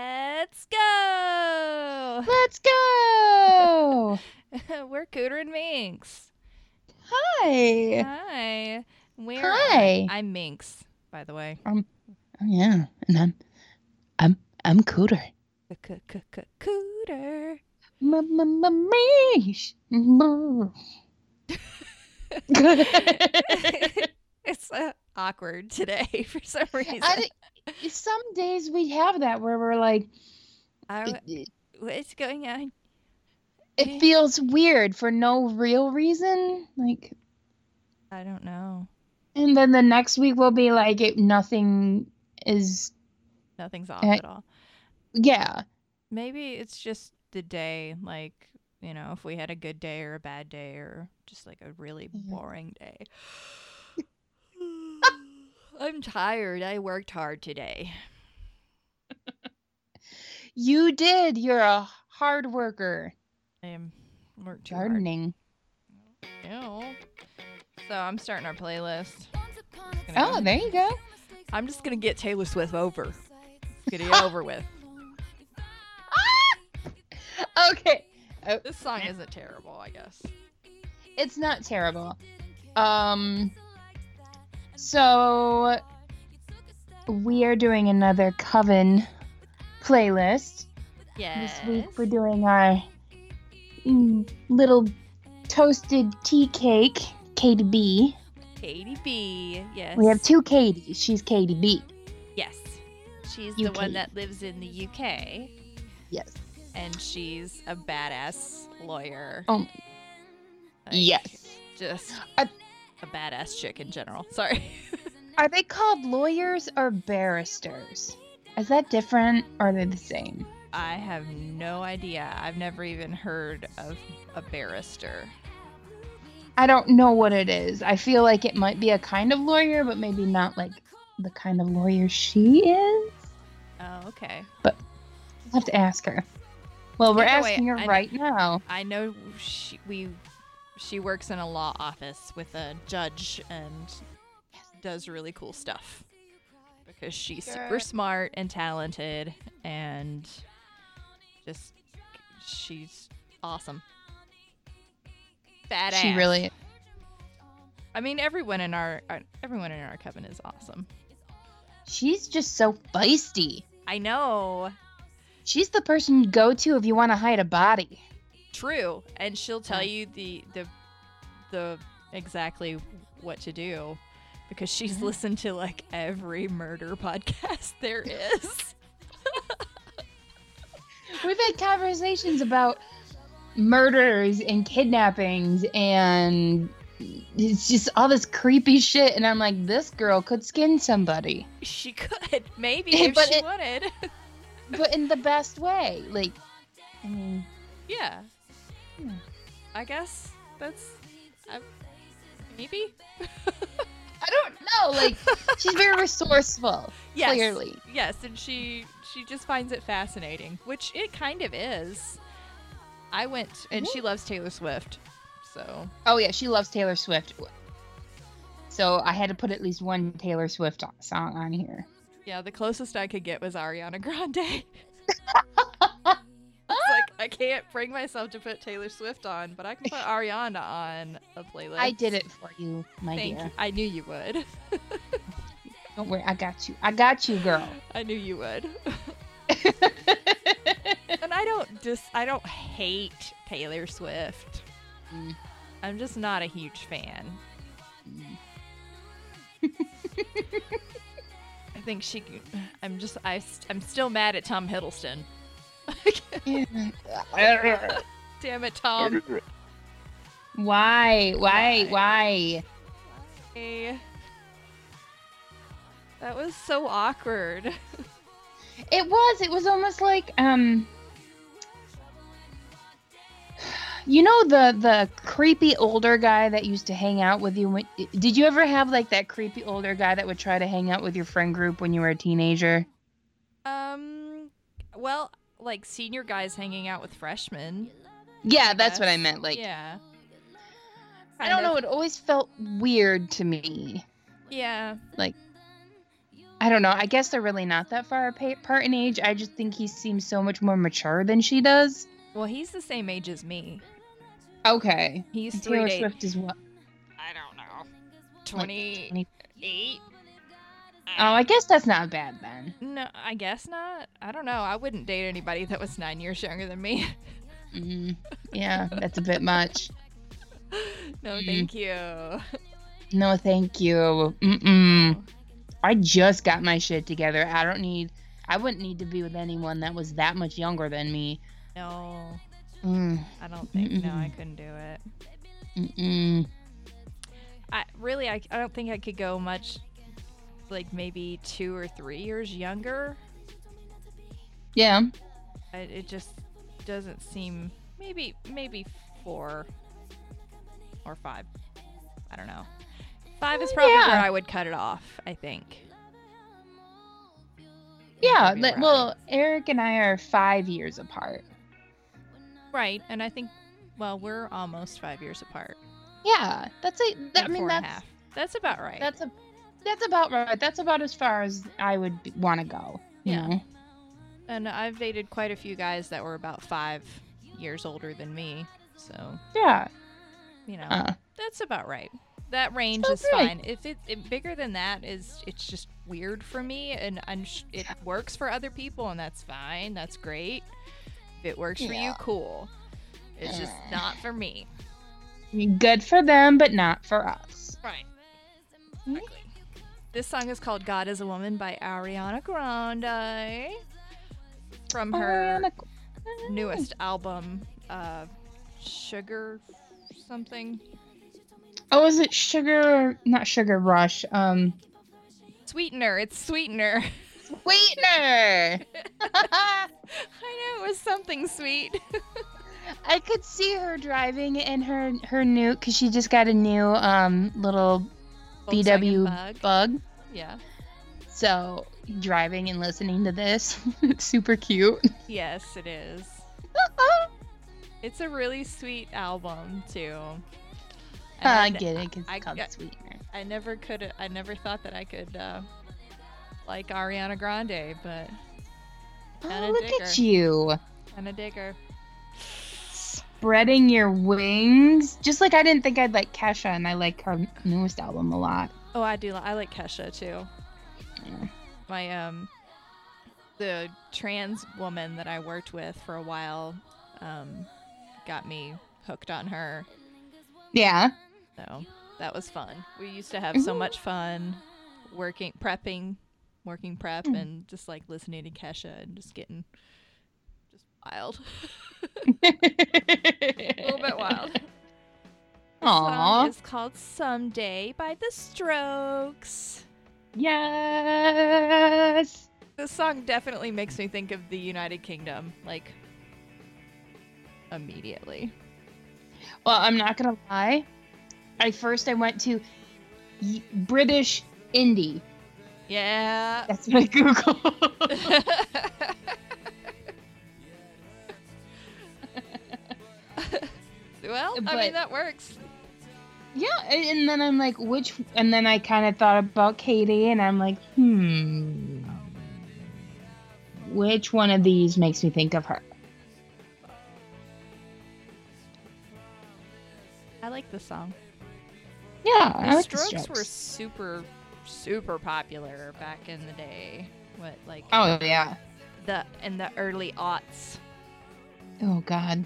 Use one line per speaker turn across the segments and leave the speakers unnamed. Let's go.
Let's go.
We're Cooter and Minx.
Hi.
Hi. Where
Hi.
I'm Minx, by the way.
Oh, yeah. And I'm I'm I'm cooter.
Cooter.
M-m-m-meesh. Brr. I
It's uh, awkward today for some reason.
di- some days we have that where we're like
Are
it,
we- what's going on?
it feels weird for no real reason like
I don't know.
and then the next week we'll be like it, nothing is
Nothing's off
Uh,
at all.
yeah
Maybe it's just the day, like, you know, if we had a good day or a bad day or just like a really
Yeah.
boring day. I'm tired. I worked hard today.
you did you're a hard worker
I am worked too hard.
gardening
Ew. So I'm starting our playlist.
oh there you go
I'm just gonna get Taylor Swift over. Get it over with.
Ah! okay
This song isn't terrible, I guess.
it's not terrible um so we are doing another coven playlist
Yes.
this week we're doing our mm, little toasted tea cake katie b
Katie B. Yes.
we have two katies she's katie b
Yes. She's the
UK.
one that lives in the UK,
yes
and she's a badass lawyer.
Oh,
Like,
yes
Just
I-
a badass chick in general. Sorry.
Are they called lawyers or barristers? Is that different or are they the same?
I have no idea. I've never even heard of a barrister.
I don't know what it is. I feel like it might be a kind of lawyer, but maybe not like the kind of lawyer she is.
Oh, okay.
I'll have to ask her. Well, we're
Either way,
asking her
I-
right now.
I know she, we she works in a law office with a judge and does really cool stuff because she's super
Sure.
smart and talented and just she's awesome. Badass.
She really
I mean, everyone in our uh, everyone in our coven is awesome.
She's just so feisty.
I know.
She's the person you go to if you want to hide a body.
True, and she'll tell
Yeah.
you the the the exactly what to do because she's
Mhm.
listened to like every murder podcast there is.
We've had conversations about murders and kidnappings and it's just all this creepy shit and I'm like this girl could skin somebody
She could maybe
Yeah,
if
but
she
it-
wanted.
but in the best way like I mean
yeah.
Hmm.
I guess that's I, maybe.
I don't know like she's very resourceful
Yes.
clearly
Yes, and she she just finds it fascinating, which it kind of is. I went and
Mm-hmm.
she loves Taylor Swift. So,
oh yeah she loves Taylor Swift so I had to put at least one Taylor Swift o- song on here
yeah, the closest I could get was Ariana Grande. It's like I can't bring myself to put Taylor Swift on, but I can put Ariana on a playlist.
I did it for you my
Thank
dear
you. I knew you would.
don't worry I got you I got you girl
I knew you would. and I don't dis I don't hate Taylor Swift.
Mm.
I'm just not a huge fan. I think she I'm just I st- I'm still mad at Tom Hiddleston. Damn it, Tom. Why?
Why? Why? Why?
Hey. That was so awkward.
It was. It was almost like um. You know the the creepy older guy that used to hang out with you. When, did you ever have like that creepy older guy that would try to hang out with your friend group when you were a teenager?
Um well, like senior guys hanging out with freshmen.
Yeah,
I
that's what I
guess.
meant. Like
yeah.
I don't
Kind of.
know. It always felt weird to me.
Yeah.
Like- I don't know. I guess they're really not that far apa- apart in age. I just think he seems so much more mature than she does.
Well, he's the same age as me.
Okay.
He's
And
three
Taylor
days.
Swift is what?
I don't know.
like,
28?
20 Oh, I guess that's not bad then.
No, I guess not. I don't know. I wouldn't date anybody that was nine years younger than me.
Mm, yeah, that's a bit much.
no,
Mm.
thank you.
No, thank you. Mm-mm. I just got my shit together. I don't need. I wouldn't need to be with anyone that was that much younger than me.
No,
Mm,
I don't think. No, I
Mm-mm.
couldn't do it.
mm-mm.
I really, I, I don't think I could go much, like maybe two or three years younger.
Yeah.
I, it just doesn't seem. Maybe, maybe four or five. I don't know. Five is
Mm,
probably
yeah.
where I would cut it off. I think.
Yeah.
Maybe
Like,
where I-
well, Eric and I are five years apart.
Right, and I think, well, we're almost five years apart.
Yeah. That's a. That, I
Like
mean,
four and a
that's
half. that's about right.
that's a. That's about right. That's about as far as I would want to go. You
Yeah.
Know?
and I've dated quite a few guys that were about five years older than me, so
Yeah.
you know
Uh,
that's about right. That range
Sounds
is
right.
fine. If it, it bigger than that is, it's just weird for me, and I'm sh- it works for other people, and that's fine. That's great. If it works for you,
Yeah.
cool. It's just
Yeah.
not for me.
good for them, but not for us.
Right.
Mm-hmm.
Exactly. This song is called God is a Woman by Ariana Grande from her
Ariana-
newest album, uh, Sugar something.
Oh, is it sugar? Not sugar rush. Um,
Sweetener. It's Sweetener.
sweetener.
I know it was something sweet.
I could see her driving in her her new because she just got a new um little
Volkswagen
BW
Bug.
bug.
Yeah.
So driving and listening to this, it's super cute.
Yes, it is. It's a really sweet album too. And
I
ne-
get it because
I-
it's called
I-
sweetener.
I never could. I never thought that I could uh, like Ariana Grande, but kinda
Oh, look
dig
at
her.
you
I'm a digger.
spreading your wings. Just like I didn't think I'd like Kesha, and I like her newest album a lot.
Oh, I do. li- I like Kesha too.
Yeah.
My um, the trans woman that I worked with for a while, um, got me hooked on her.
Yeah.
So that was fun. We used to have so
Mhm.
much fun working, prepping, working prep,
Mm.
and just like listening to Kesha and just getting just wild, a little bit wild. The song
Aww.
is called Someday by The Strokes.
Yes.
This song definitely makes me think of the United Kingdom, like immediately.
Well, I'm not gonna lie. I first I went to y- British indie.
Yeah.
That's what I googled.
well, I mean
But-
that works.
yeah, and, and then I'm like, which? And then I kind of thought about Katie, and I'm like, hmm, which one of these makes me think of her?
I like the song.
Yeah, I
the
like the
Strokes, were
Strokes.
super, super popular back in the day. What like
Oh yeah.
the in the early aughts.
Oh God.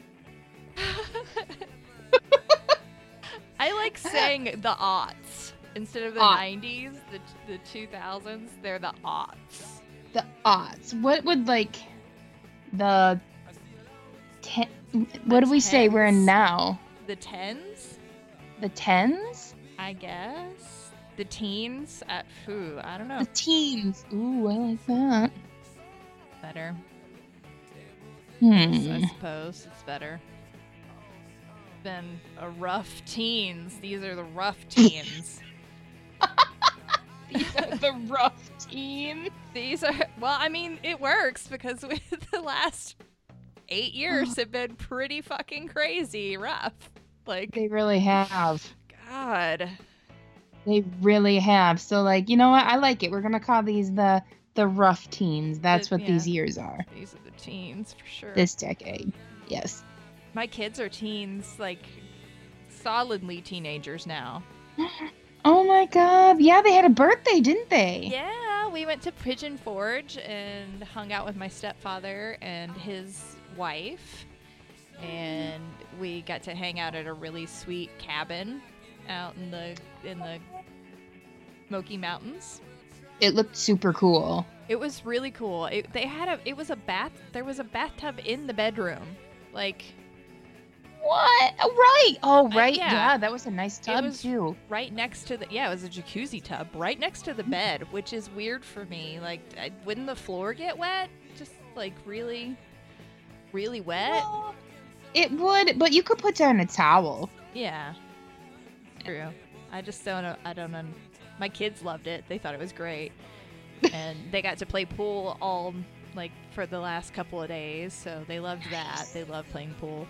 I like saying the aughts instead of the
Aught.
nineties, the the two thousands. They're the aughts.
The odds. What would like the ten? What do we say we're in
tens.
now?
The tens,
The tens?
I guess. The teens. At who? I don't know.
The teens. Ooh, I like that.
Better. So
Hmm.
I suppose it's better than a rough teens. These are the rough teens.
the rough teen.
These are well, I mean, it works because we, the last eight years have been pretty fucking crazy rough. Like
They really have.
God.
They really have. So like, you know what? I like it. We're gonna call these the the rough teens. That's
The-
what
yeah.
these years are.
These are the teens for sure.
This decade. Yes.
My kids are teens, like solidly teenagers now.
Oh my god. Yeah, they had a birthday, didn't they?
Yeah, we went to Pigeon Forge and hung out with my stepfather and his wife. And we got to hang out at a really sweet cabin out in the in the Smoky Mountains.
It looked super cool.
It was really cool. It, they had a it was a bath there was a bathtub in the bedroom. Like
What? Oh, right. Oh,
Uh,
right.
yeah.
yeah. that was a nice tub
was-
too.
right next to the yeah, it was a jacuzzi tub right next to the bed, which is weird for me. Like I, wouldn't the floor get wet? Just like really really wet.
Well, it would, but you could put down a towel.
Yeah. True. I just don't know. I don't know. My kids loved it. They thought it was great. And they got to play pool all like for the last couple of days. So they loved that. They loved playing pool.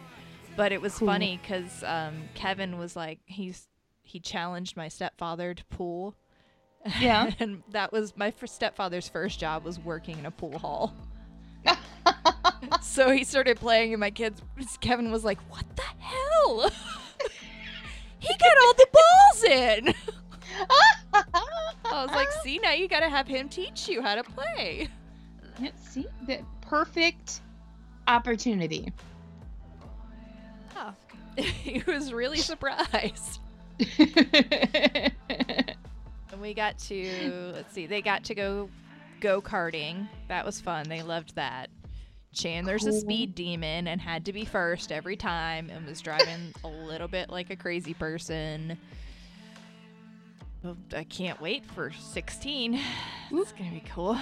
But it was
Cool.
funny 'cause funny because um, Kevin was like, he's he challenged my stepfather to pool.
Yeah.
and that was my fir- stepfather's first job was working in a pool hall. so he started playing, and my kids, Kevin was like, "What the hell? he got all the balls in." I was like, "See, now you got to have him teach you how to play."
Let's see the perfect opportunity.
Oh. he was really surprised. And we got to let's see, they got to go go karting. That was fun. They loved that. Chandler's a
Cool.
speed demon and had to be first every time and was driving a little bit like a crazy person. Oh, I can't wait for 16. It's going to be cool.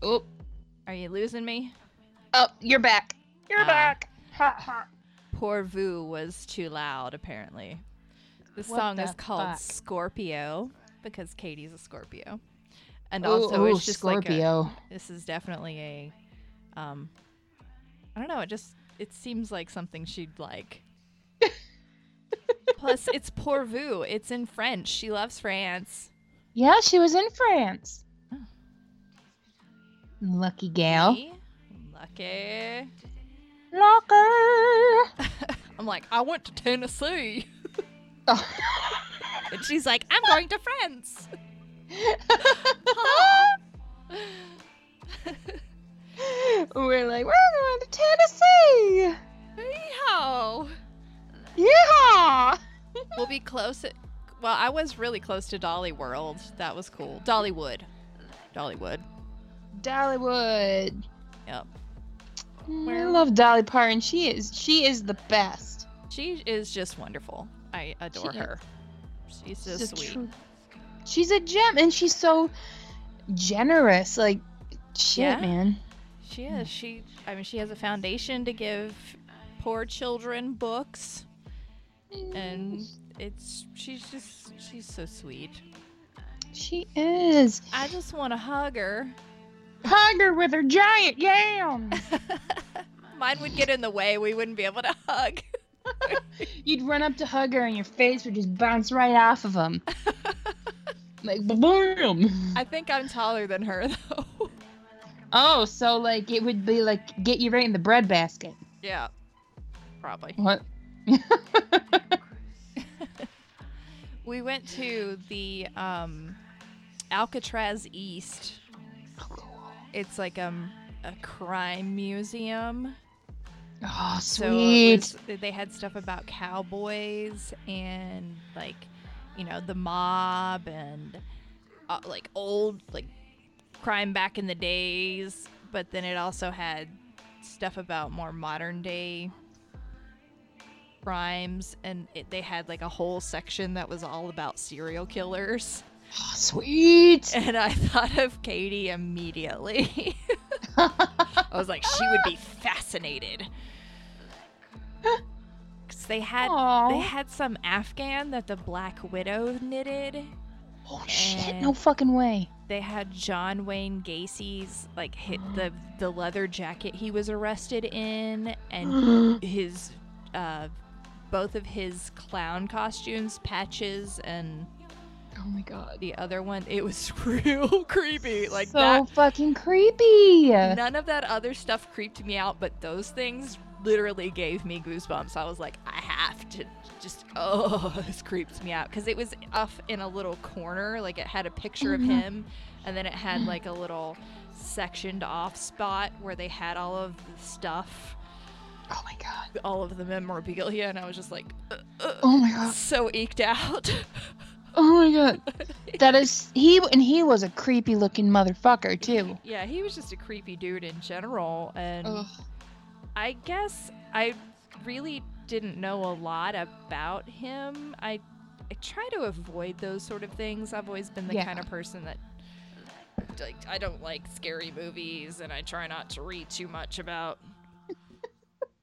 oh,
Are you losing me?
oh, you're back. You're
Ah.
back. Ha, ha.
Poor Vu was too loud, apparently. This
What
song
the
is called
fuck?
Scorpio because Katie's a Scorpio. And
Oh,
also,
oh,
it's just like a,
Scorpio.
this is definitely a um i don't know it just it seems like something she'd like plus it's pour vous it's in french she loves france
yeah, she was in France.
Oh.
Lucky gal.
Me? lucky
Locker.
i'm like i went to tennessee
Oh.
and she's like i'm going to france
We're like, we're going to Tennessee.
Yeehaw!
Yeah.
we'll be close at, well i was really close to dolly world that was cool dollywood dollywood
Dollywood. Mm,
yep
I love Dolly Parton. She is she is the best.
She is just wonderful. I adore
She
her. She's so
She's a
sweet.
true- She's a gem and she's so generous. Like shit,
Yeah.
man.
She is. She I mean she has a foundation to give poor children books and it's she's just she's so sweet.
she is.
I just want to hug her.
Hug her with her giant yams.
Mine would get in the way. We wouldn't be able to hug.
You'd run up to hug her and your face would just bounce right off of them. like boom.
I think I'm taller than her though.
Oh, so like it would be like get you right in the bread basket.
yeah. Probably.
What?
We went to the um Alcatraz East it's like um a crime museum.
Oh,
So it
sweet.
was, they had stuff about cowboys and like you know the mob and uh, like old like crime back in the days. But then it also had stuff about more modern day crimes and it, they had like a whole section that was all about serial killers
oh, sweet.
and i thought of katie immediately I was like, she would be fascinated. 'Cause they had they
Aw.
had some Afghan that the Black Widow knitted.
Oh shit! No fucking way.
They had John Wayne Gacy's like hit the the Oh leather jacket he was arrested in and his uh, both of his clown costumes, patches, and
Oh my god.
the other one. It was real creepy. Like
so
that.
fucking creepy.
None of that other stuff creeped me out, but those things literally gave me goosebumps. I was like, I have to just, oh, this creeps me out. Because it was off in a little corner. Like it had a picture of
Mhm.
him, and then it had like a little sectioned off spot where they had all of the stuff,
Oh my god.
all of the memorabilia. And I was just like, uh, uh,
Oh my god.
so eked out.
Oh my god. That is he and he was a creepy looking motherfucker too.
yeah, he was just a creepy dude in general. And.
Ugh.
I guess I really didn't know a lot about him. I, I try to avoid those sort of things. I've always been the
Yeah.
kind of person that like I don't like scary movies and I try not to read too much about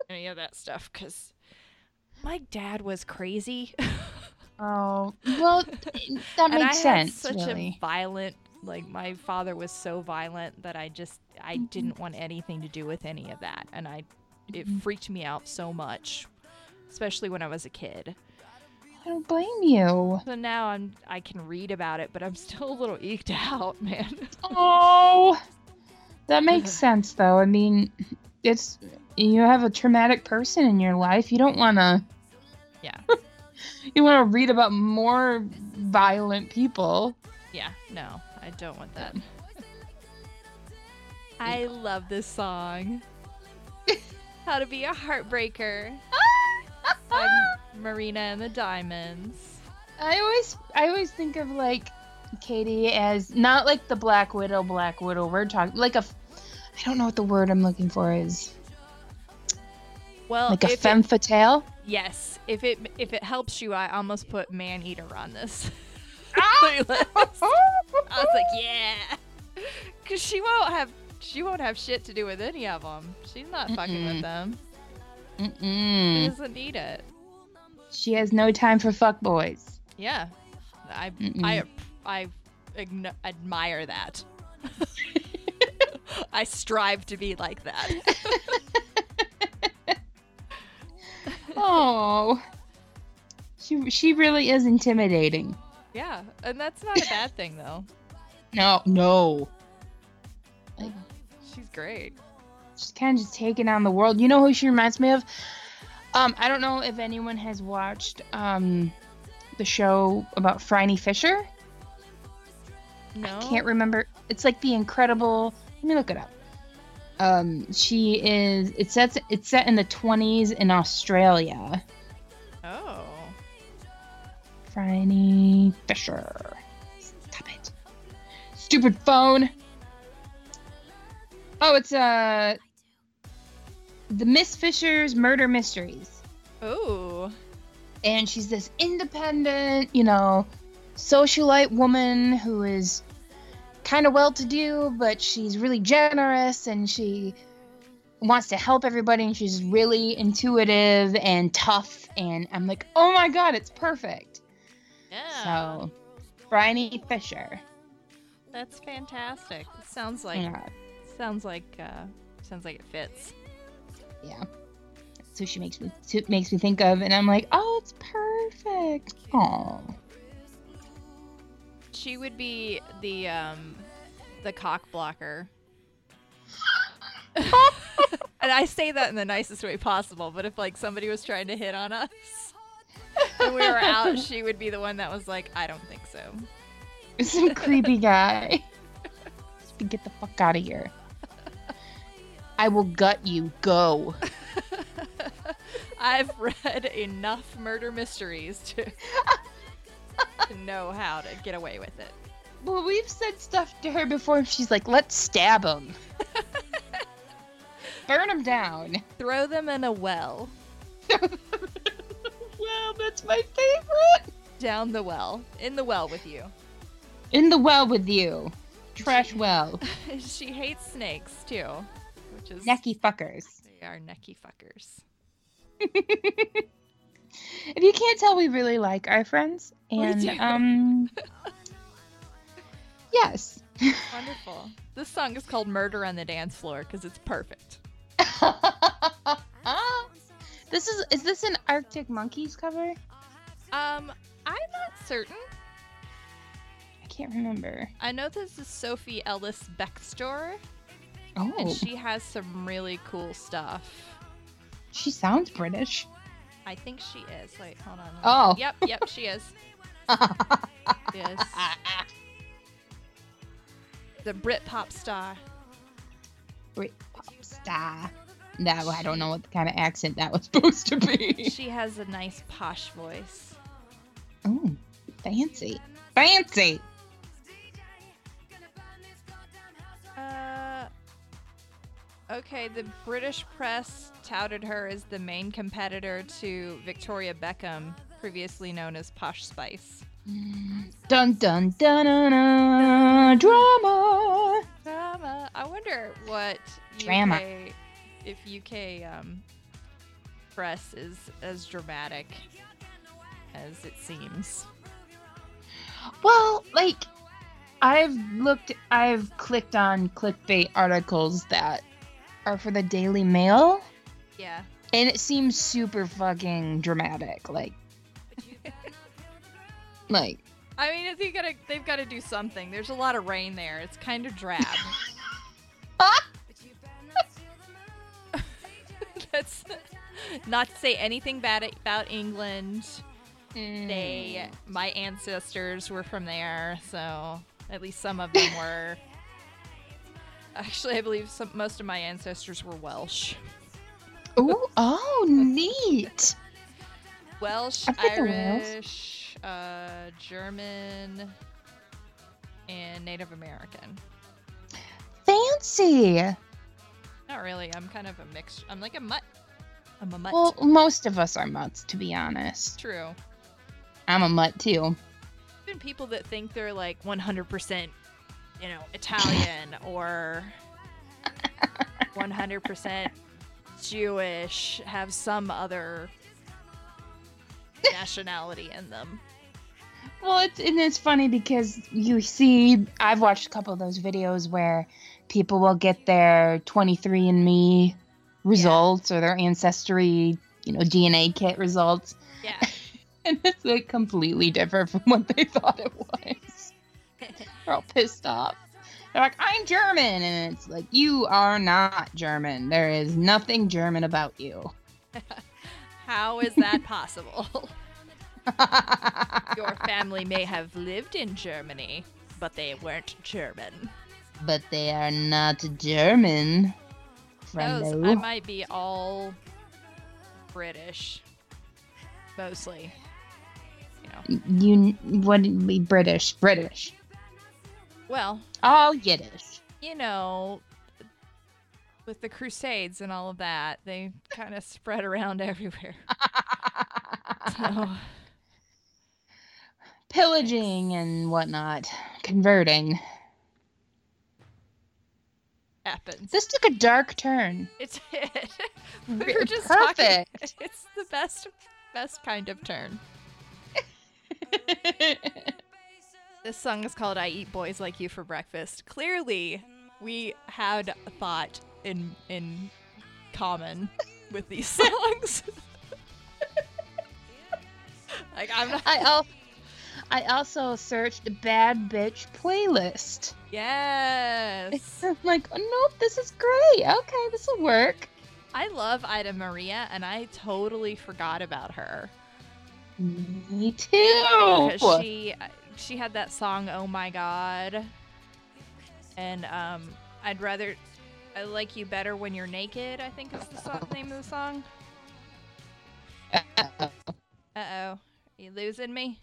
any of that stuff cuz my dad was crazy.
Oh well, that
and I
makes
had
sense.
such
really.
a violent like my father was so violent that I just I didn't want anything to do with any of that and I it
Mhm.
freaked me out so much especially when I was a kid.
I don't blame you.
So now I'm I can read about it but I'm still a little eked out, man.
Oh, that makes
Mhm.
sense though. I mean, it's you have a traumatic person in your life. You don't want to.
Yeah.
you want to read about more violent people.
yeah, no. I don't want that. I love this song. How to be a heartbreaker
Ah!
by Marina and the Diamonds.
I always I always think of like Katie as not like the Black Widow, Black Widow. We're talking like a I don't know what the word I'm looking for is.
Well,
Like a
if it-
femme fatale.
Yes, if it if it helps you, I almost put man eater on this. playlist. I was like, yeah, because she won't have she won't have shit to do with any of them. She's not fucking
Mm-mm. Mm.
with them. She
Mm-mm.
doesn't need it.
She has no time for fuckboys.
Yeah, I
Mm-mm.
I I ign- admire that. I strive to be like that.
Oh. She she really is intimidating.
Yeah, and that's not a bad thing though.
No, no. Like,
She's great.
she's kind of just taking on the world. You know who she reminds me of? Um, I don't know if anyone has watched um the show about Franny Fisher.
No,
I can't remember. It's like the incredible. Let me look it up. Um, she is. It sets. It's set in the 20s in Australia.
oh,
Franny Fisher. Stop it. Stupid phone. Oh, it's uh, the Miss Fisher's murder mysteries,
oh,
and she's this independent, you know, socialite woman who is kind of well-to-do, but she's really generous and she wants to help everybody and she's really intuitive and tough and I'm like, "Oh my god, it's perfect."
yeah.
So, Briny Fisher.
That's fantastic. It sounds like
Yeah,
sounds like uh, sounds like it fits.
yeah. So she makes me so it makes me think of, and I'm like, oh, it's perfect. Oh,
She would be the um, the cock blocker. and I say that in the nicest way possible, but if like somebody was trying to hit on us and we were out, she would be the one that was like, I don't think so.
some creepy guy. Just Get the fuck out of here. I will gut you. Go.
I've read enough murder mysteries to, to know how to get away with it.
Well, we've said stuff to her before. and She's like, let's stab him. Burn him down.
Throw them in a well.
Wow, that's my favorite.
Down the well. In the well with you.
In the well with you. Trash well.
she hates snakes too, which is
Necky fuckers.
they are necky fuckers.
If you can't tell, we really like our friends,
We
and
do.
um, yes.
Wonderful. This song is called "Murder on the Dance Floor" because it's perfect.
This is is this an Arctic Monkeys cover?
Um, I'm not certain.
I can't remember.
I know this is Sophie Ellis Bextor, and
Oh,
she has some really cool stuff.
she sounds British.
I think she is. Wait, hold on. let me-
Oh.
Yep, yep, she is. Yes. The Brit pop star.
Brit pop star. No, I don't know what kind of accent that was supposed to be.
She has a nice posh voice.
Oh, fancy, fancy.
Uh, okay, the British press touted her as the main competitor to Victoria Beckham, previously known as Posh Spice.
Dun dun dun dun, dun drama.
Drama. I wonder what UK,
Drama.
if UK um, press is as dramatic as it seems.
Well, like I've looked, I've clicked on clickbait articles that are for the Daily Mail,
Yeah.
and it seems super fucking dramatic. Like, like
I mean, they gotta, they've got to do something. There's a lot of rain there. It's kind of drab. That's not to say anything bad about England. They, my ancestors were from there, so at least some of them were. Actually, I believe some, most of my ancestors were Welsh.
Ooh, oh, neat.
Welsh,
I've been to Wales.
Irish, uh, German, and Native American.
Fancy.
Not really. I'm kind of a mix. I'm like a mutt. I'm a mutt.
Well, most of us are mutts, to be honest.
True.
I'm a mutt too.
Even people that think they're like 100%, you know, Italian or 100% Jewish have some other nationality in them.
Well, it's and it's funny because you see, I've watched a couple of those videos where people will get their 23andMe results or their ancestry, you know, DNA kit results,
Yeah.
and it's like completely different from what they thought it was. They're all pissed off. They're like, "I'm German," and it's like, "You are not German. There is nothing German about you."
How is that possible? Your family may have lived in Germany, but they weren't German.
but they are not German.
Those,
Friendo.
I might be all British, mostly. You know,
You wouldn't be British. British.
well,
All Yiddish.
you know, with the Crusades and all of that, they kind of spread around everywhere. So,
Pillaging and whatnot. Converting.
happens.
This took a dark turn.
It's it. we
Re-
were just talking.
Perfect.
It's the best, best kind of turn. This song is called "I Eat Boys Like You for Breakfast." Clearly, we had a thought in in common with these songs. like I'm not.
I, al- I also searched Bad Bitch Playlist.
Yes,
I'm like, oh, nope, this is great. Okay, this will work.
I love Ida Maria, and I totally forgot about her
Me
because
too.
she she had that song "Oh My God," and um, I'd rather I like you better when you're naked. I think is the so- name of the song. Uh oh. You losing me?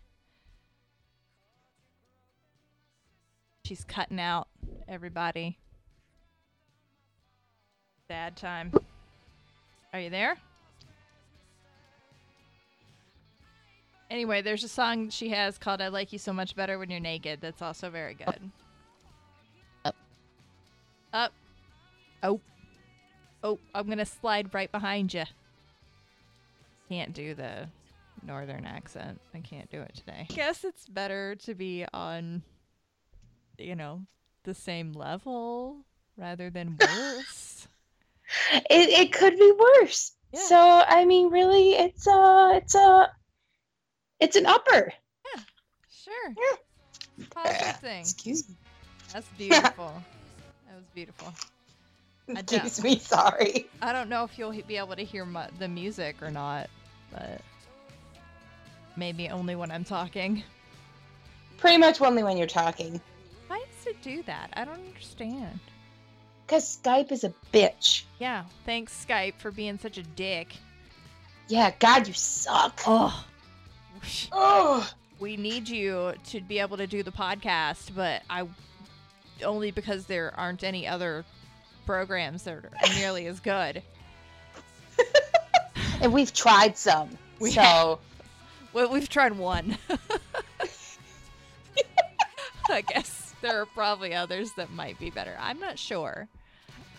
She's cutting out everybody. Bad time. Are you there? Anyway, there's a song she has called I Like You So Much Better When You're Naked that's also very good.
Up.
Up. Oh. Oh, I'm going to slide right behind you. Can't do the northern accent. I can't do it today. I guess it's better to be on, you know, the same level rather than worse.
It, it could be worse.
Yeah.
So I mean, really, it's a it's a it's an upper.
Sure.
Yeah.
It's a positive thing.
Excuse me.
That's beautiful. that was beautiful. I don't-
Excuse me. Sorry.
I don't know if you'll he- be able to hear mu- the music or not, but maybe only when I'm talking.
Pretty much only when you're talking,
Why does it do that? I don't understand.
because Skype is a bitch.
Yeah, thanks Skype for being such a dick.
Yeah. God, you suck.
Oh,
Oh.
we need you to be able to do the podcast, but I only because there aren't any other programs that are nearly as good.
And we've tried some.
We
so
Well, we've tried one. I guess there are probably others that might be better. I'm not sure.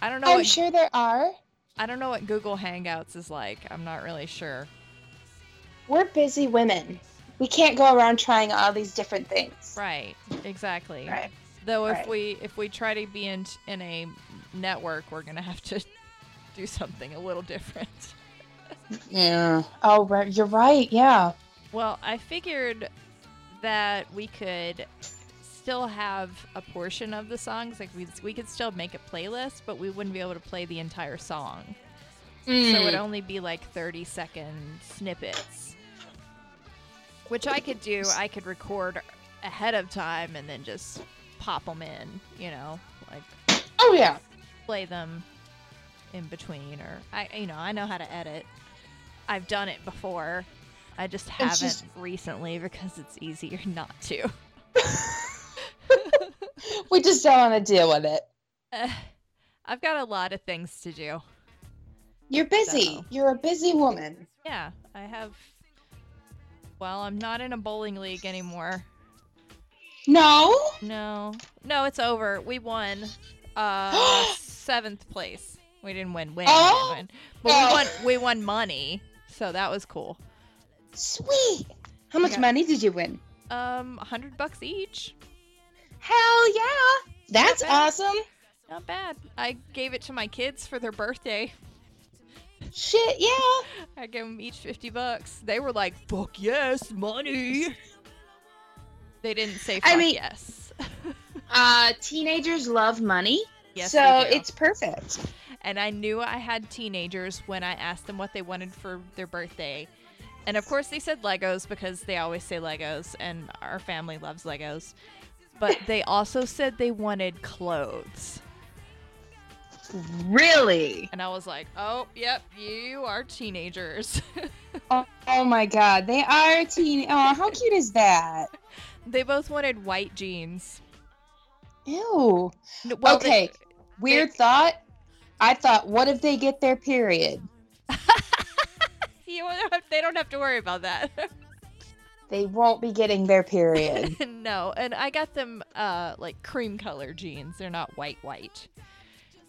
I don't know.
I'm
What,
sure there are.
I don't know what Google Hangouts is like. I'm not really sure.
We're busy women. We can't go around trying all these different things.
Right. Exactly.
Right.
Though if
right.
we if we try to be in in a network, we're gonna have to do something a little different.
Yeah. Oh, right, you're right. Yeah.
Well, I figured that we could still have a portion of the songs. Like we, we could still make a playlist, but we wouldn't be able to play the entire song. So it
Mm.
would only be like 30 second snippets, which I could do. I could record ahead of time and then just pop them in, you know, like
oh yeah.
play them in between or I you know, I know how to edit. I've done it before. I just haven't
It's just-
recently because it's easier not to.
We just don't want to deal with it.
Uh, I've got a lot of things to do.
You're busy.
So-
You're a busy woman.
Yeah, I have well, I'm not in a bowling league anymore.
No.
No. No, it's over. We won uh seventh place. We didn't win win,
Oh!
win, win. But
Oh.
we won we won money. So that was cool.
Sweet. How much
Yeah.
money did you win?
Um, hundred bucks each.
Hell yeah. That's
Okay.
awesome.
Not bad. I gave it to my kids for their birthday.
Shit, yeah.
I gave them each 50 bucks. They were like, fuck yes, money. They didn't say fuck
I mean-
yes.
Uh teenagers love money.
yes,
so
they do.
it's perfect.
And I knew I had teenagers when I asked them what they wanted for their birthday. And of course, they said Legos because they always say Legos, and our family loves Legos. But they also said they wanted clothes.
Really?
And I was like, oh, yep, you are teenagers.
Oh, oh my god, they are teen oh how cute is that?
They both wanted white jeans.
Ew.
No, well, they-
okay. Weird thought. I thought, what if they get their period?
you don't have- they don't have to worry about that.
They won't be getting their period.
no, and I got them uh, like cream color jeans. They're not white white.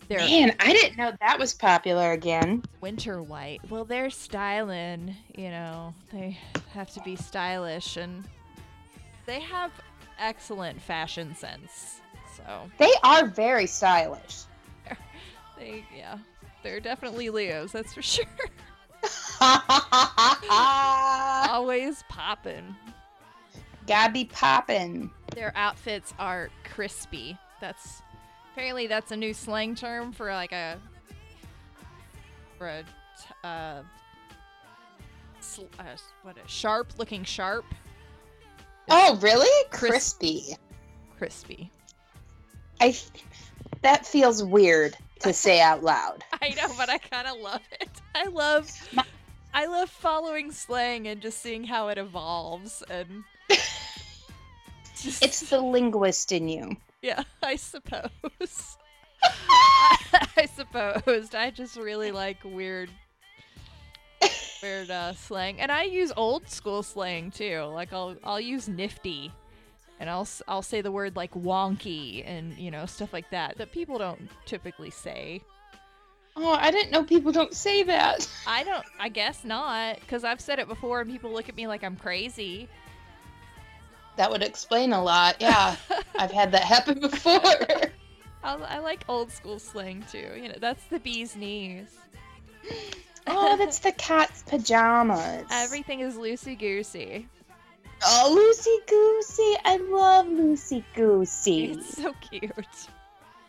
They're
Man, I didn't know that was popular again.
winter white. Well, they're styling. You know, they have to be stylish, and they have excellent fashion sense. So
They are very stylish.
they, yeah, they're definitely Leos. That's for sure.
Gotta
Always poppin'.
be poppin'.
their outfits are crispy. That's apparently that's a new slang term for like a for a t- uh, sl- uh s- what a sharp looking sharp
Oh, really?
Cris-
Crispy.
crispy.
I. That feels weird to say out loud.
I know, but I kind of love it. I love I love following slang and just seeing how it evolves and just,
It's the linguist in you.
Yeah, I suppose. I, I supposed. I just really like weird, weird uh, slang, and I use old school slang too. Like I'll I'll use nifty, and I'll s- I'll say the word like wonky and you know stuff like that that people don't typically say.
Oh, I didn't know people don't say that.
I don't. I guess not, because I've said it before, and people look at me like I'm crazy.
That would explain a lot. Yeah, I've had that happen before.
I, I like old school slang too. You know, that's the bee's knees.
Oh, that's the cat's pajamas.
Everything is loosey goosey.
Oh, Lucy Goosey. I love Lucy Goosey.
It's so cute.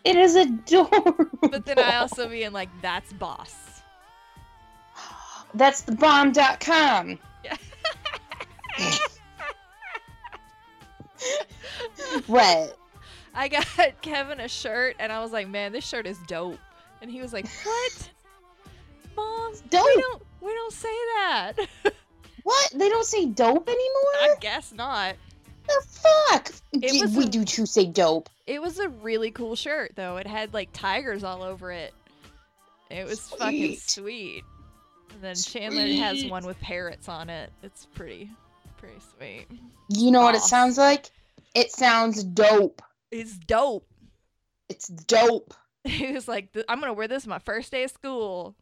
It is adorable.
But then I also being like, that's boss.
That's the bomb.com.
Yeah.
what?
I got Kevin a shirt and I was like, man, this shirt is dope. And he was like, what? Mom, we
Dope.
don't we don't say that.
What? They don't say dope
I
anymore?
guess not.
the fuck?
It
Gee,
was
we
a-
do too say dope.
It was a really cool shirt though. It had like tigers all over it. It was fucking
Sweet.
sweet. And then Chandler has
Sweet.
one with parrots on it. It's pretty pretty sweet.
You know what it
Aw.
sounds like? It sounds dope.
It's dope.
It's dope.
He was like, "Th- I'm gonna wear this my first day of school.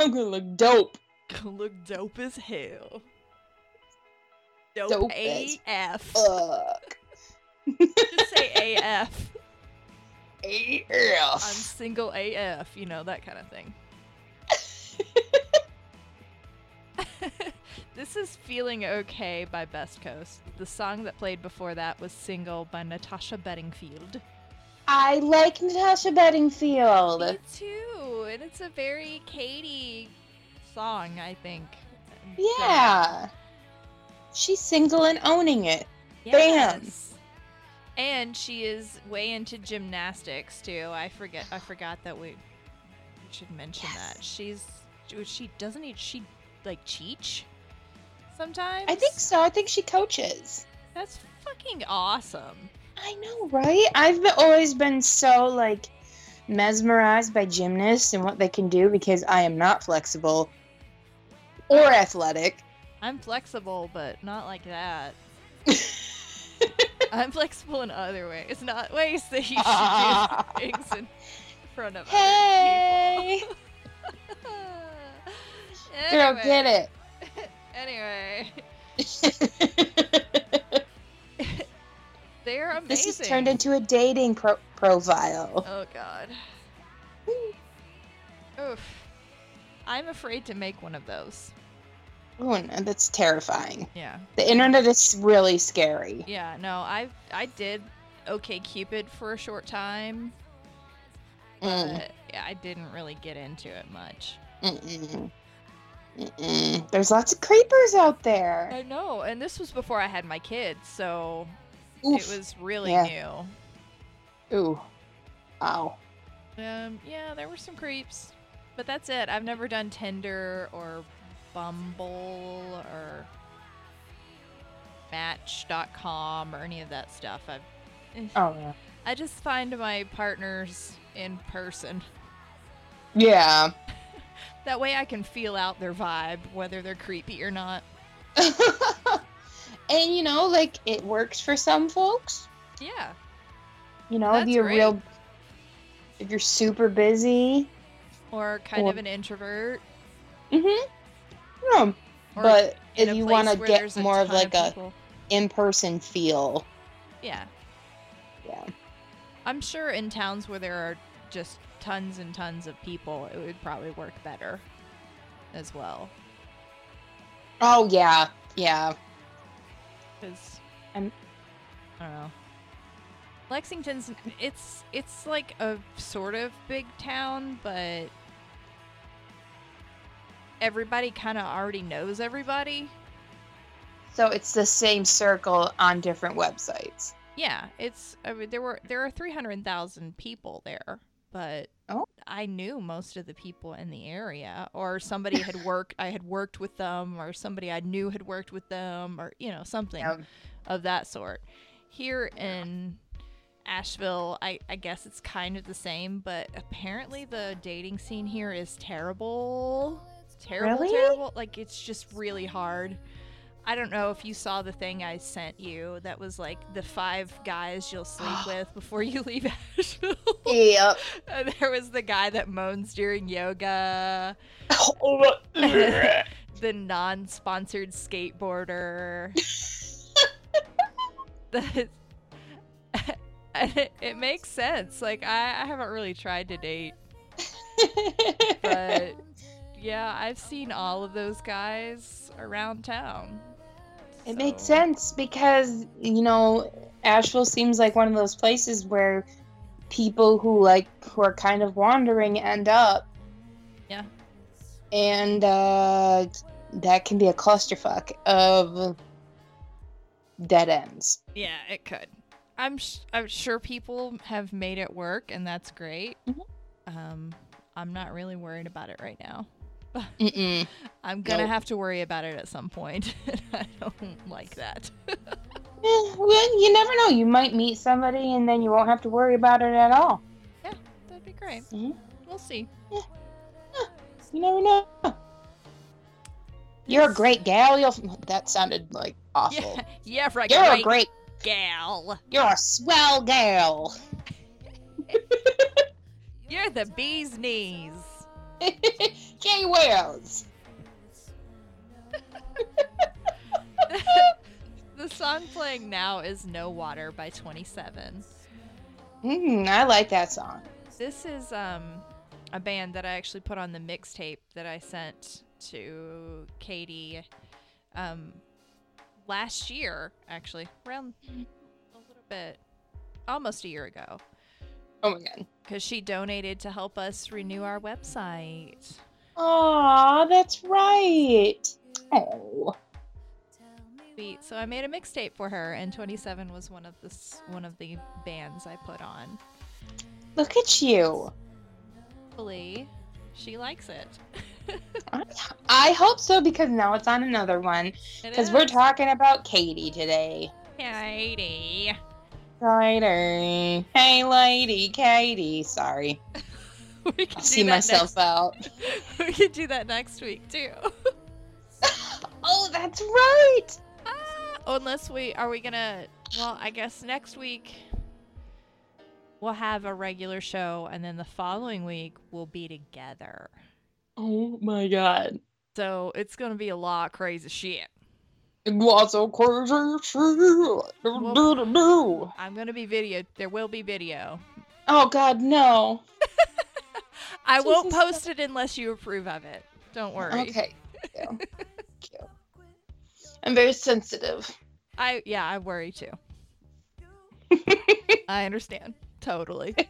I'm gonna look dope.
Gonna look dope as hell. Dope,
Dope as
AF.
Fuck.
Just say AF. I'm
AF.
single AF, you know, that kind of thing. this is Feeling Okay by Best Coast. The song that played before that was Single by Natasha Bedingfield.
I like Natasha Bedingfield.
Me too, and it's a very Katie song, I think. So,
Yeah. She's single and owning it. Bam.
yes. And she is way into gymnastics too. I forget. I forgot that we, we should mention
Yes.
that she's she doesn't eat she like teach sometimes.
I think so. I think she coaches.
that's fucking awesome.
I know, right? I've been, always been so like mesmerized by gymnasts and what they can do because I am not flexible or athletic.
I'm flexible, but not like that. I'm flexible in other ways, not ways that you should do things in front of
Hey,
other people.
girl,
Anyway.
get it.
Anyway, they're amazing.
this has turned into a dating pro- profile.
Oh god. Oof. I'm afraid to make one of those.
Oh no, that's terrifying.
Yeah.
The internet is really scary.
Yeah. No, I I did OK Cupid for a short time,
Mm,
but I didn't really get into it much.
mm-mm. Mm-mm. There's lots of creepers out there.
I know, and this was before I had my kids, so
Oof.
it was really
Yeah.
new.
Ooh. Ow.
Um, yeah, there were some creeps, but that's it. I've never done Tinder or Bumble or Match.com or any of that stuff. I
Oh yeah.
I just find my partners in person.
Yeah.
That way, I can feel out their vibe, whether they're creepy or not.
and you know, like it works for some folks.
Yeah,
You know,
That's
if you're
great.
real, if you're super busy.
or kind
Or-
of an introvert.
Mm-hmm. No,
Or
but
in
if
a
you
place
wanna
where
get
there's a
more of
ton
like a-
people.
in-person feel.
yeah,
Yeah.
I'm sure in towns where there are just tons and tons of people, it would probably work better as well.
Oh yeah, yeah.
Because
I'm-
I don't know. Lexington's it's it's like a sort of big town, but everybody kind of already knows everybody.
So it's the same circle on different websites.
Yeah, it's I mean there were there are 300,000 people there, but
Oh.
I knew most of the people in the area or somebody had worked I had worked with them or somebody I knew had worked with them or you know something
Yeah.
of that sort. Here in Asheville, I, I guess it's kind of the same, but apparently the dating scene here is terrible. Terrible,
Really?
terrible. Like it's just really hard. I don't know if you saw the thing I sent you that was like the five guys you'll sleep with before you leave Asheville.
Yep.
And there was the guy that moans during yoga, the non sponsored skateboarder. the, and it, it makes sense. Like, I, I haven't really tried to date, but yeah, I've seen all of those guys around town.
It makes
So-
sense because, you know, Asheville seems like one of those places where people who like who are kind of wandering end up.
Yeah.
And uh that can be a clusterfuck of dead ends.
Yeah, it could. I'm sh- I'm sure people have made it work, and that's great.
Mhm.
Um, I'm not really worried about it right now.
Mm-mm.
I'm gonna
Nope.
have to worry about it at some point. and I don't like that.
Eh, well, you never know. You might meet somebody and then you won't have to worry about it at all.
That'd be great.
Mhm.
We'll see.
You never know. You're a great gal. You'll... That sounded like awful.
Yeah, yeah, right.
You're
great
a great
gal.
You're a swell gal.
You're the bee's knees.
Jay Wales.
The song playing now is "No Water" by 27.
Mm, I like that song.
This is um, a band that I actually put on the mixtape that I sent to Katie um, last year, actually, around a little bit, almost a year ago,
Oh my god.
because she donated to help us renew our website.
Aw, that's right. Oh.
Sweet. So I made a mixtape for her, and 27 was one of the s- one of the bands I put on.
Look at you.
Hopefully, she likes it.
I hope so because now it's on another one.
It
Because we're
is
talking about Katie today.
Katie.
Katie. Hey lady, Katie. Sorry.
We can
I
do
see
that
myself out.
next- we could do that next week too.
Oh, that's right.
Ah, Unless we are we gonna well, I guess next week we'll have a regular show and then the following week we'll be together.
Oh my god.
So it's gonna be a lot of crazy shit.
It was a crazy shoe. Do, do, do, do.
I'm gonna be video there will be video.
Oh god, no.
I won't
Jesus.
post it unless you approve of it. Don't worry.
Okay. Thank you. Thank you. I'm very sensitive.
I yeah, I worry too. I understand. Totally.
Uh,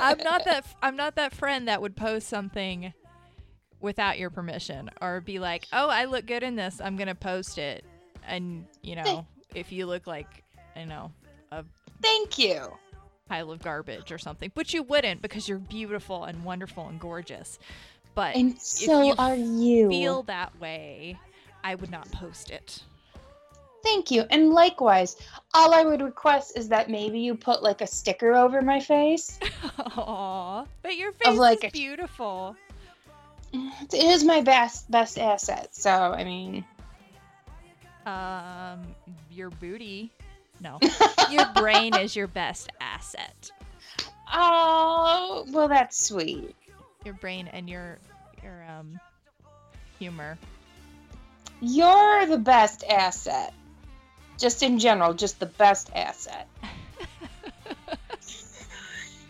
I'm not that I'm not that friend that would post something without your permission or be like, "Oh, I look good in this. I'm going to post it." And, you know, if you look like, you know,
Thank you.
pile of garbage or something, but you wouldn't because you're beautiful and wonderful and gorgeous. But
And so
you
are you.
feel that way, I would not post it.
Thank you. And likewise, all I would request is that maybe you put like a sticker over my face.
Aww. But your face
like
is
a-
beautiful.
It is my best best asset. So I mean,
Um, your booty. No. your brain is your best asset.
oh well, that's sweet.
your brain and your your um humor.
You're the best asset. Just in general, just the best asset.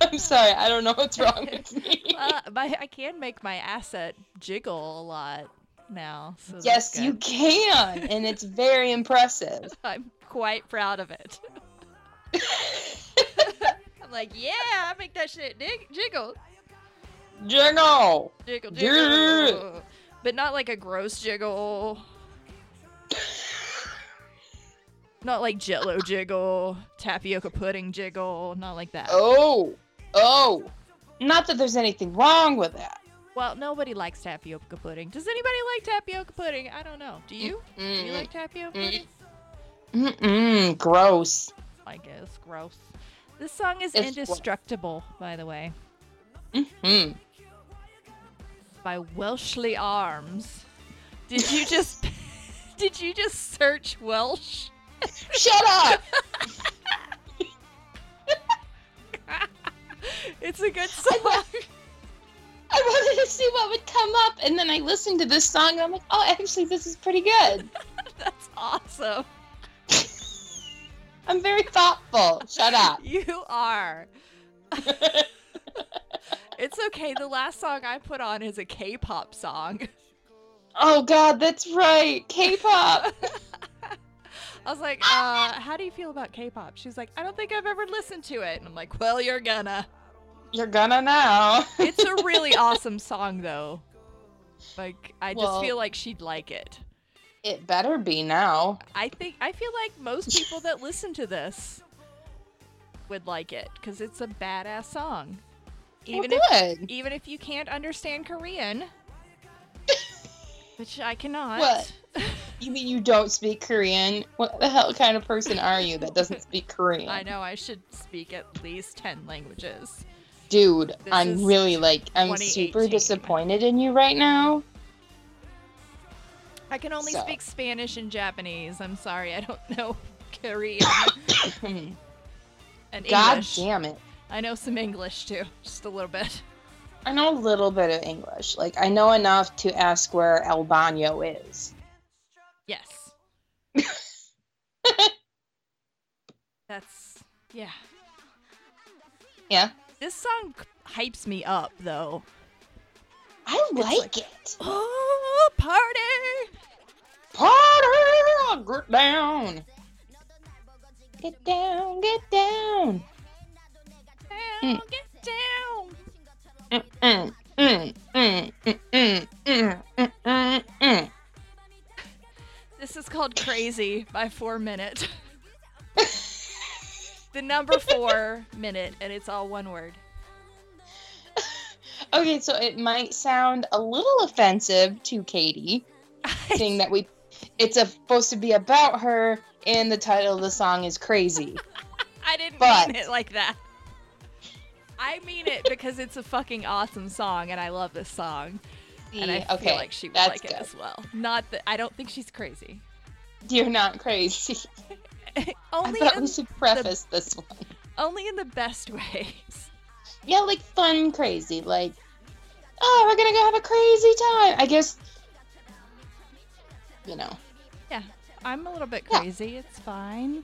I'm sorry, I don't know what's wrong with me.
Uh, my, I can make my asset jiggle a lot now. So that's
Yes, you
good.
can, and it's very impressive.
I'm quite proud of it. I'm like, yeah, I make that shit dig- jiggle,
Jingle.
jiggle,
Yeah.
jiggle. But not like a gross jiggle. Not like Jello jiggle, tapioca pudding jiggle, not like that.
Oh, oh. Not that there's anything wrong with that.
Well, nobody likes tapioca pudding. Does anybody like tapioca pudding? I don't know. Do you? Do you
Mm,
like tapioca
Mm.
pudding?
Mm-mm, gross.
I guess gross. This song is
It's-
indestructible, by the way,
Mm.
by Welshly Arms. Did you just did you just search Welsh?
Shut up!
It's a good song.
wa- I wanted to see what would come up, and then I listened to this song, and I'm like, oh, actually, this is pretty good.
That's awesome.
I'm very thoughtful. Shut up.
You are. It's okay. The last song I put on is a K-pop song.
Oh God, that's right. K-pop.
I was like, uh, "How do you feel about K-pop?" She's like, "I don't think I've ever listened to it." And I'm like, "Well, you're gonna."
You're gonna now.
It's a really awesome song, though. Like, I just
Well-
feel like she'd like it.
It better be now.
I think I feel like most people that listen to this would like it because it's a badass song. Even
well,
if
good.
even if you can't understand Korean, which I cannot.
What? You mean you don't speak Korean? What the hell kind of person are you that doesn't speak Korean?
I know I should speak at least ten languages.
Dude,
This is
I'm really like I'm
2018.
super disappointed in you right now.
I can only
So.
speak Spanish and Japanese. I'm sorry, I don't know Korean and
God
English.
damn it.
I know some English too, just a little bit.
I know a little bit of English. Like I know enough to ask where El Baño is.
Yes. That's yeah.
Yeah.
This song hypes me up though.
I like,
like-
it.
Oh, party!
Potter, get down. Get down, get down.
Down, get down.
Mm, mm, mm, mm, mm, mm, mm, mm, mm, mm.
This is called Crazy by 4 Minute. the number 4 minute and it's all one word.
Okay, so it might sound a little offensive to Katie, seeing that we it's a, supposed to be about her and the title of the song is crazy.
I didn't
But-
mean it like that. I mean it because it's a fucking awesome song and I love this song. And I
okay,
feel like she would
that's
like it
good.
as well. Not that I don't think she's crazy.
You're not crazy. I
only
thought
in,
we should preface this one.
only in the best ways.
Yeah, like fun crazy, like oh, we're gonna go have a crazy time. I guess you know
I'm a little bit
Yeah.
crazy. It's fine.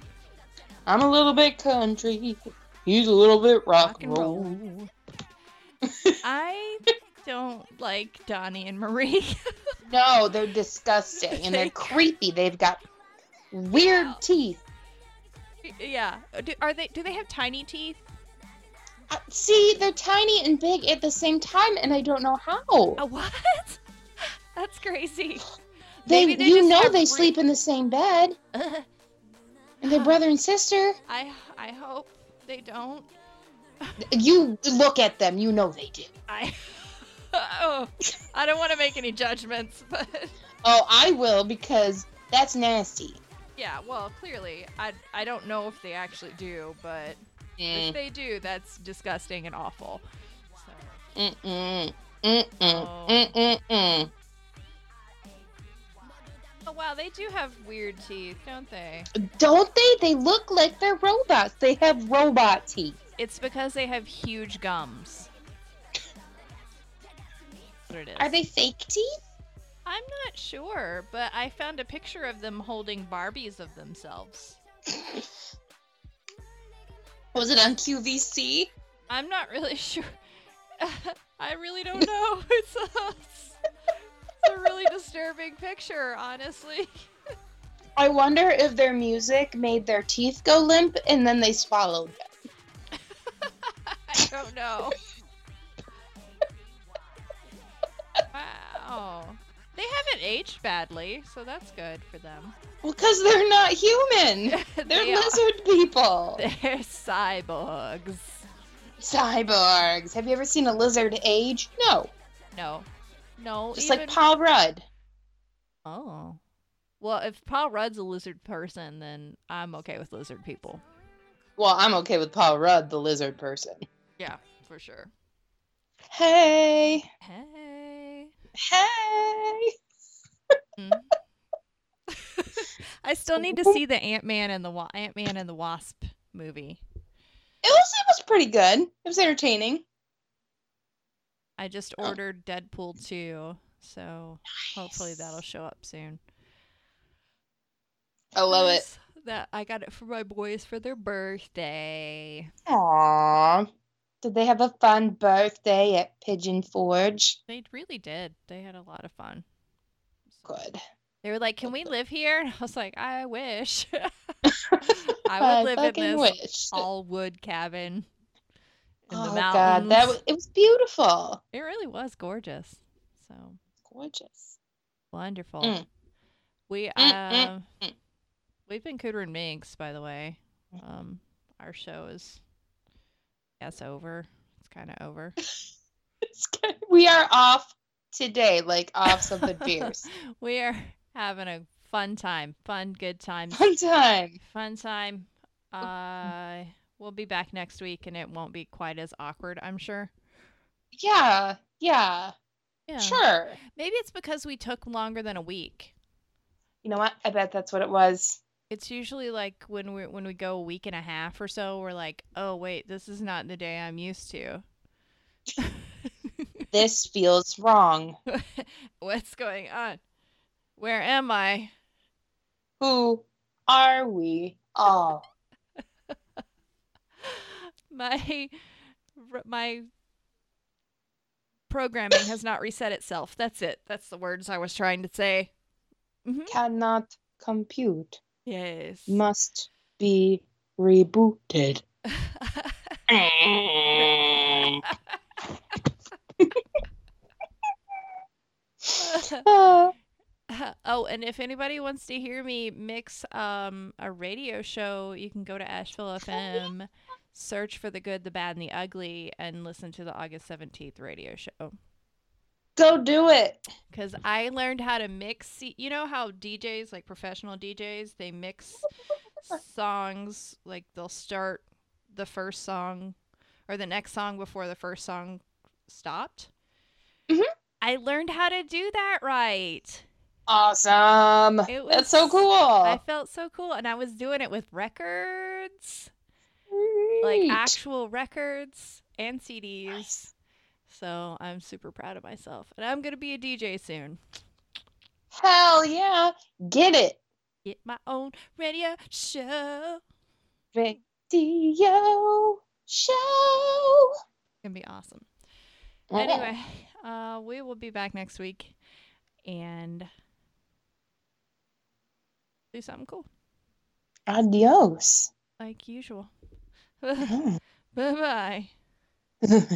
I'm a little bit country. He's a little bit rock,
Rock and
roll.
roll. I don't like Donnie and Marie.
No, they're disgusting and
They-
they're creepy. They've got weird
Wow.
teeth.
yeah. Uh, Do, are they? Do they have tiny teeth?
Uh, See, they're tiny and big at the same time, and I don't know how.
A what? That's crazy.
they,
maybe they
you
just
know,
have
they
re-
sleep in the same bed,
I
and they're brother and sister.
I hope they don't.
You look at them, you know they do.
I. Oh, I don't want to make any judgments, but
Oh, I will because that's nasty.
yeah, well, clearly, I I don't know if they actually do, but
Eh.
if they do, that's disgusting and awful. So,
Mm-mm. Mm-mm.
oh.
Mm-mm.
oh wow, they do have weird teeth, don't they?
Don't they? They look like they're robots. They have robot teeth.
It's because they have huge gums. That's what it is.
Are they fake teeth?
I'm not sure, but I found a picture of them holding Barbies of themselves.
Was it on QVC?
I'm not really sure. I really don't know. It's a, it's a really disturbing picture, honestly.
I wonder if their music made their teeth go limp and then they swallowed it.
I don't know. Wow. They haven't aged badly, so that's good for them.
Well, because they're not human. They're
They are-
lizard people.
They're cyborgs.
Cyborgs. Have you ever seen a lizard age? No.
No. No.
Just
even...
like Paul Rudd.
Oh. Well, if Paul Rudd's a lizard person, then I'm okay with lizard people.
Well, I'm okay with Paul Rudd, the lizard person.
Yeah, for sure.
Hey.
Hey.
Hey.
I still need to see the Ant Man and the Wa- Ant Man and the Wasp movie.
It was it was pretty good. It was entertaining.
I just
Oh.
ordered Deadpool 2, so hopefully that'll show up soon.
I love it.
That I got it for my boys for their birthday.
Aww. Did they have a fun birthday at Pigeon Forge?
They really did. They had a lot of fun.
Good.
They were like, "Can we live here?" And I was like, "I wish." I
I
would live
fucking
in this
wish.
all wood cabin in
oh
the
god,
mountains.
that was, it was beautiful.
it really was gorgeous. So
Gorgeous.
wonderful.
Mm.
We um
mm, mm.
we've been Cooter and Minx, by the way. Um, our show is yes over. It's kind of over.
It's good. We are off today, like off something fierce.
We are having a fun time, fun good time,
Fun time.
fun time.
Mm.
Uh, we'll be back next week, and it won't be quite as awkward, I'm sure.
Yeah, yeah,
Yeah.
sure.
Maybe it's because we took longer than a week.
You know what? I bet that's what it was.
It's usually like when we when we go a week and a half or so, we're like, oh wait, this is not the day I'm used to.
This feels wrong.
What's going on? Where am I?
Who are we all?
My r- my programming has not reset itself. That's it. That's the words I was trying to say. hmm
Cannot compute.
Yes.
Must be rebooted. Ah,
oh, and if anybody wants to hear me mix um, a radio show, you can go to Asheville FM, search for the good, the bad, and the ugly, and listen to the August 17th radio show.
Go do it.
Because I learned how to mix, see, you know how DJs, like professional DJs, they mix songs, like they'll start the first song or the next song before the first song stopped.
Mhm.
I learned how to do that right.
Awesome.
It
That's so
was-
cool.
I felt so cool, and I was doing it with records, like
Great.
actual records and CDs.
Nice.
So I'm super proud of myself, and I'm gonna be a DJ soon.
Hell yeah. Get it.
Get my own radio show.
Radio show.
It's gonna be awesome. Anyway, uh, we will be back next week, and do something cool
Adios. Uh-huh. Mm.
like usual. bye bye.